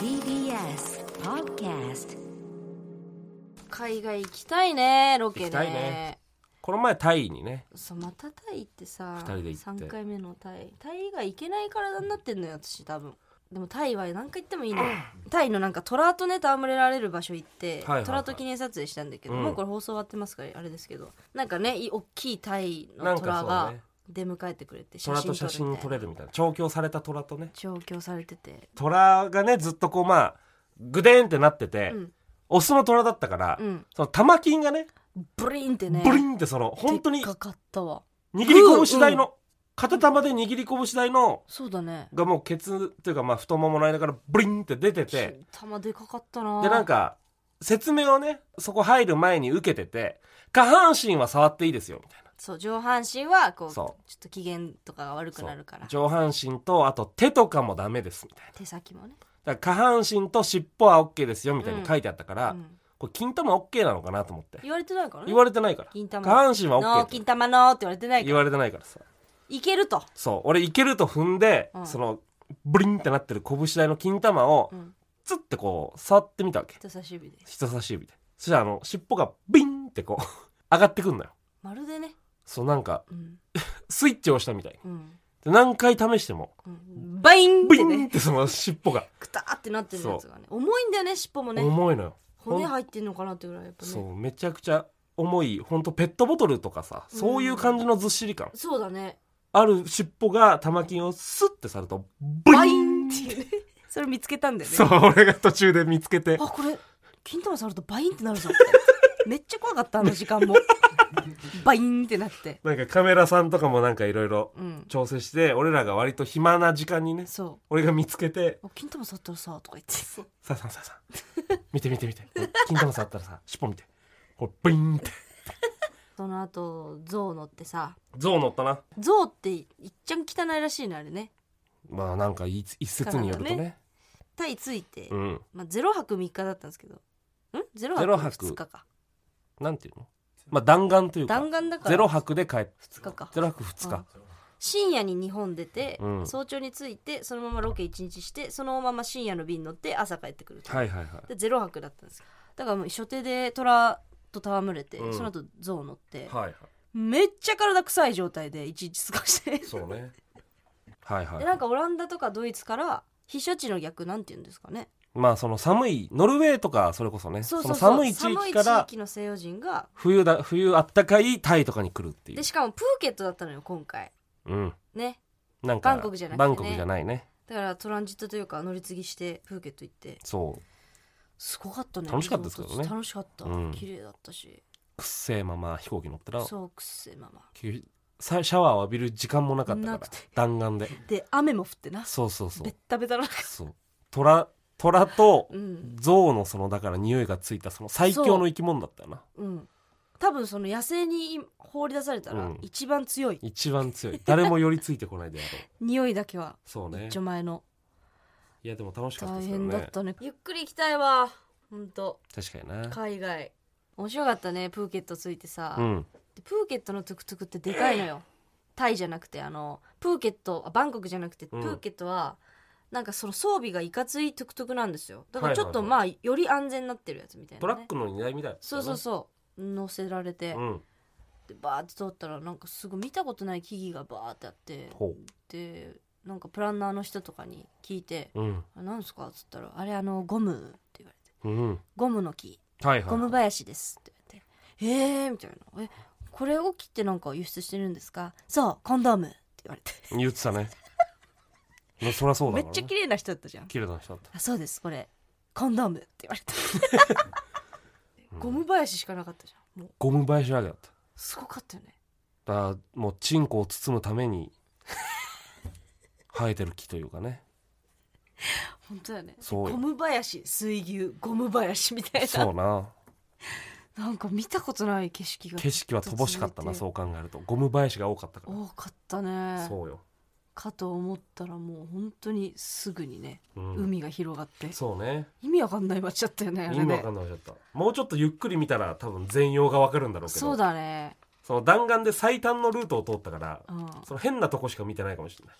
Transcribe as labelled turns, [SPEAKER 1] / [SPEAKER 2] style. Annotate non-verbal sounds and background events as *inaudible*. [SPEAKER 1] TBS Podcast
[SPEAKER 2] 海外行きたいねロケ
[SPEAKER 3] 行
[SPEAKER 2] ね
[SPEAKER 3] きたいねこの前タイにね
[SPEAKER 2] そうまたタイ行ってさ
[SPEAKER 3] 二人で行って
[SPEAKER 2] 3回目のタイタイが行けない体になってんのよ私多分でもタイは何回行ってもいい
[SPEAKER 3] *clears throat*
[SPEAKER 2] のよタイのなんかトラとね戯れられる場所行って、
[SPEAKER 3] はいはいはい
[SPEAKER 2] トラと記念撮影したんだけど、
[SPEAKER 3] うん
[SPEAKER 2] もうこれ放送終わってますからあれですけどなんかねい大きいタイ
[SPEAKER 3] な
[SPEAKER 2] の
[SPEAKER 3] ん
[SPEAKER 2] ト
[SPEAKER 3] か
[SPEAKER 2] ラ
[SPEAKER 3] そう
[SPEAKER 2] が
[SPEAKER 3] ね
[SPEAKER 2] 出迎えてくれて写
[SPEAKER 3] 虎
[SPEAKER 2] 真
[SPEAKER 3] と
[SPEAKER 2] 撮
[SPEAKER 3] 写
[SPEAKER 2] るみ
[SPEAKER 3] 真
[SPEAKER 2] たい
[SPEAKER 3] 撮
[SPEAKER 2] な
[SPEAKER 3] れるみたいな調教された虎とね
[SPEAKER 2] 調教されてて
[SPEAKER 3] 虎がねずっとこうまあグデーンってなってて、
[SPEAKER 2] うん
[SPEAKER 3] オスの虎だったから、
[SPEAKER 2] うん
[SPEAKER 3] その玉金がね
[SPEAKER 2] ブリンってね
[SPEAKER 3] ブリンってその本当
[SPEAKER 2] で
[SPEAKER 3] に
[SPEAKER 2] っか
[SPEAKER 3] 握
[SPEAKER 2] かったわ
[SPEAKER 3] り拳大の、片玉で握り拳大の
[SPEAKER 2] そうだね
[SPEAKER 3] がもうケツっていうかまあ太ももの間からブリンって出てて
[SPEAKER 2] 玉でかかったな
[SPEAKER 3] でなんか説明をねそこ入る前に受けてて下半身は触っていいですよみたいな
[SPEAKER 2] そう上半身はこう
[SPEAKER 3] そう
[SPEAKER 2] ちょっと機嫌とかが悪くなるから
[SPEAKER 3] 上半身とあと手とかもダメですみたいな。
[SPEAKER 2] 手先もね、
[SPEAKER 3] だから下半身と尻尾は OK ですよみたいに書いてあったから、
[SPEAKER 2] うん
[SPEAKER 3] これ金玉 OK なのかなと思って
[SPEAKER 2] 言われてないからね
[SPEAKER 3] 言われてないから
[SPEAKER 2] 金玉
[SPEAKER 3] 下半身は
[SPEAKER 2] のー
[SPEAKER 3] OK って
[SPEAKER 2] 金玉のーって言われてないか
[SPEAKER 3] 言
[SPEAKER 2] ら
[SPEAKER 3] われてないからさ
[SPEAKER 2] いけると、
[SPEAKER 3] そう俺いけると踏んで、
[SPEAKER 2] うん
[SPEAKER 3] そのブリンってなってる拳台の金玉を
[SPEAKER 2] うん、
[SPEAKER 3] ツッてこう触ってみたわけ
[SPEAKER 2] 人差し指で
[SPEAKER 3] 人差し指でそしたらあの尻尾がビンってこう *laughs* 上がってくんのよ
[SPEAKER 2] まるでね
[SPEAKER 3] そうなんか
[SPEAKER 2] うん
[SPEAKER 3] スイッチを押したみたい
[SPEAKER 2] うん
[SPEAKER 3] で何回試しても
[SPEAKER 2] うんバインっ
[SPEAKER 3] ビ
[SPEAKER 2] て
[SPEAKER 3] ンっ
[SPEAKER 2] ね
[SPEAKER 3] てその尻尾が
[SPEAKER 2] クターってなってるやつがね重いんだよね尻尾もね
[SPEAKER 3] 重いのよ、ほん
[SPEAKER 2] 骨入ってんのかなってぐらいやっぱね
[SPEAKER 3] そ
[SPEAKER 2] そう
[SPEAKER 3] うめちゃくちゃ重いほんとペットボトルとかさそういう感じのずっしり感
[SPEAKER 2] だね
[SPEAKER 3] ある尻尾が玉金をスッてさるとブイ
[SPEAKER 2] バイ
[SPEAKER 3] ー
[SPEAKER 2] ンっ
[SPEAKER 3] ン
[SPEAKER 2] ていうねそれ見つけたんだよね
[SPEAKER 3] そう俺が途中で見つけて
[SPEAKER 2] あこれ金玉触るとバインってなるぞめっちゃ怖かったあの時間
[SPEAKER 3] *laughs*
[SPEAKER 2] もバインってなって
[SPEAKER 3] なんかカメラさんとかもなんかいろいろ
[SPEAKER 2] うん
[SPEAKER 3] 調整して俺らが割と暇な時間にね
[SPEAKER 2] そう
[SPEAKER 3] 俺が見つけて
[SPEAKER 2] お金玉触ったらさとか言って
[SPEAKER 3] 「さあさあさあさ
[SPEAKER 2] *laughs*
[SPEAKER 3] あ見て見て見てこれ金玉触ったらさ尻尾見てこれブイーンって
[SPEAKER 2] その後象乗ってさ
[SPEAKER 3] 象乗ったな
[SPEAKER 2] 象っていっちゃん汚いらしいのあれね
[SPEAKER 3] まあなんか一一説によるとね
[SPEAKER 2] からタイついて、
[SPEAKER 3] うん
[SPEAKER 2] まあ、0泊3日だったんですけどん0
[SPEAKER 3] ゼロ
[SPEAKER 2] 泊
[SPEAKER 3] 泊
[SPEAKER 2] 2日か
[SPEAKER 3] なんていうのまあ弾丸というか
[SPEAKER 2] 弾丸だから
[SPEAKER 3] ゼロ泊で帰って
[SPEAKER 2] 2日か
[SPEAKER 3] ゼロ泊2日
[SPEAKER 2] 深夜に日本出て、
[SPEAKER 3] うん
[SPEAKER 2] 早朝に着いてそのままロケ1日してそのまま深夜の便乗って朝帰ってくると
[SPEAKER 3] はいはいは
[SPEAKER 2] で0泊だったんですけどだからもう初手で虎と戯れて、
[SPEAKER 3] うん
[SPEAKER 2] その後象乗って
[SPEAKER 3] い、はいはい
[SPEAKER 2] めっちゃ体臭い状態で1日過ごして
[SPEAKER 3] そう
[SPEAKER 2] *laughs*
[SPEAKER 3] ねはいはい
[SPEAKER 2] でなんかオランダとかドイツから避暑地の逆なんて言うんですかね
[SPEAKER 3] まあその寒いノルウェーとかそれこそね
[SPEAKER 2] そ
[SPEAKER 3] そう
[SPEAKER 2] そうそう
[SPEAKER 3] の寒い地域か
[SPEAKER 2] 寒い
[SPEAKER 3] ら
[SPEAKER 2] 地域の西洋人が
[SPEAKER 3] 冬だ冬あったかいタイとかに来るっていう
[SPEAKER 2] でしかもプーケットだったのよ今回
[SPEAKER 3] うん
[SPEAKER 2] ね
[SPEAKER 3] なんか
[SPEAKER 2] バンコクじゃなくてね
[SPEAKER 3] バンコクじゃないね
[SPEAKER 2] だからトランジットというか乗り継ぎしてプーケット行って
[SPEAKER 3] そう
[SPEAKER 2] すごかったね
[SPEAKER 3] 楽しかったですけど
[SPEAKER 2] リゾート
[SPEAKER 3] ね
[SPEAKER 2] 地楽しかった、
[SPEAKER 3] うん
[SPEAKER 2] 綺麗だったし
[SPEAKER 3] くっせえまま飛行機乗ったら
[SPEAKER 2] そうくっせえママ
[SPEAKER 3] きゅさシャワーを浴びる時間もなかったか
[SPEAKER 2] な
[SPEAKER 3] ら
[SPEAKER 2] くて
[SPEAKER 3] 弾丸で
[SPEAKER 2] で雨も降ってな
[SPEAKER 3] そうそうそ
[SPEAKER 2] ベッ
[SPEAKER 3] う
[SPEAKER 2] タベタな
[SPEAKER 3] そう虎虎と
[SPEAKER 2] うん
[SPEAKER 3] 象のそのだから匂いがついたその最強の生き物だったよな
[SPEAKER 2] うん多分その野生に放り出されたら
[SPEAKER 3] うん
[SPEAKER 2] 一番強い、
[SPEAKER 3] 一
[SPEAKER 2] *laughs*
[SPEAKER 3] 番強い誰も寄りついてこないであろう
[SPEAKER 2] 匂いだけは
[SPEAKER 3] そうね
[SPEAKER 2] 一丁前の
[SPEAKER 3] いやでも楽しかった
[SPEAKER 2] 大
[SPEAKER 3] ですけど
[SPEAKER 2] 変だ
[SPEAKER 3] ね
[SPEAKER 2] ったねゆっくり行きたいわほんと
[SPEAKER 3] 確かにな
[SPEAKER 2] 海外面白かったねプーケット着いてさ、
[SPEAKER 3] うん
[SPEAKER 2] でプーケットのトゥクトゥクってでかいのよタイじゃなくてあのプーケットあバンコクじゃなくてプ
[SPEAKER 3] うん
[SPEAKER 2] ーケットは、なんかその装備がいかついトゥクトゥクなんですよだから
[SPEAKER 3] はい
[SPEAKER 2] ち
[SPEAKER 3] はい
[SPEAKER 2] ょ
[SPEAKER 3] は
[SPEAKER 2] っ
[SPEAKER 3] い
[SPEAKER 2] とまあより安全になってるやつみたいな、ね、
[SPEAKER 3] トラックの荷台みたいだった
[SPEAKER 2] そ
[SPEAKER 3] よ
[SPEAKER 2] う
[SPEAKER 3] ね
[SPEAKER 2] そうそう乗せられて、
[SPEAKER 3] うん
[SPEAKER 2] でバーって通ったらなんかすごい見たことない木々がバーってあって
[SPEAKER 3] ほ
[SPEAKER 2] でなんかプランナーの人とかに聞いて
[SPEAKER 3] ううん
[SPEAKER 2] 「あなんですか?」っつったら「あれあのゴム」って言われて
[SPEAKER 3] うん
[SPEAKER 2] 「ゴムの木」
[SPEAKER 3] はい
[SPEAKER 2] ゴム
[SPEAKER 3] は
[SPEAKER 2] 林です」って言われて「えー」みたいな「えこれを切ってなんか輸出してるんですか?」「そうコンドーム」って言われて
[SPEAKER 3] い言ってたね *laughs* ねそりゃそうだ
[SPEAKER 2] め
[SPEAKER 3] から、ね、
[SPEAKER 2] っちゃ綺麗な人だったじゃん
[SPEAKER 3] 綺麗な人だっ
[SPEAKER 2] 「
[SPEAKER 3] た
[SPEAKER 2] あそうですこれコンドーム」って言われてゴム林しかなかったじゃんもう
[SPEAKER 3] ゴム林投げだった
[SPEAKER 2] すごかったよね
[SPEAKER 3] だからもうチンコを包むために生えてる木というかね
[SPEAKER 2] 本当だよね
[SPEAKER 3] そうよ
[SPEAKER 2] ゴム林水牛ゴム林みたい
[SPEAKER 3] そ
[SPEAKER 2] な
[SPEAKER 3] うな
[SPEAKER 2] *laughs* なんか見たことない景色が
[SPEAKER 3] 景色は乏しかったな
[SPEAKER 2] ずっと続いて
[SPEAKER 3] そう考えるとゴム林が多かったか
[SPEAKER 2] 多かったね
[SPEAKER 3] らそうよ、
[SPEAKER 2] かと思ったらもう本当にすぐにね、
[SPEAKER 3] うん
[SPEAKER 2] 海が広がって
[SPEAKER 3] そうね
[SPEAKER 2] 意味わかんない街だったよねあれ
[SPEAKER 3] 意味わ
[SPEAKER 2] ね
[SPEAKER 3] かんなくなっちゃったもうちょっとゆっくり見たら多分全容がわかるんだろうけど
[SPEAKER 2] そうだね
[SPEAKER 3] その弾丸で最短のルートを通ったから
[SPEAKER 2] うん
[SPEAKER 3] その変なとこしか見てないかもしれない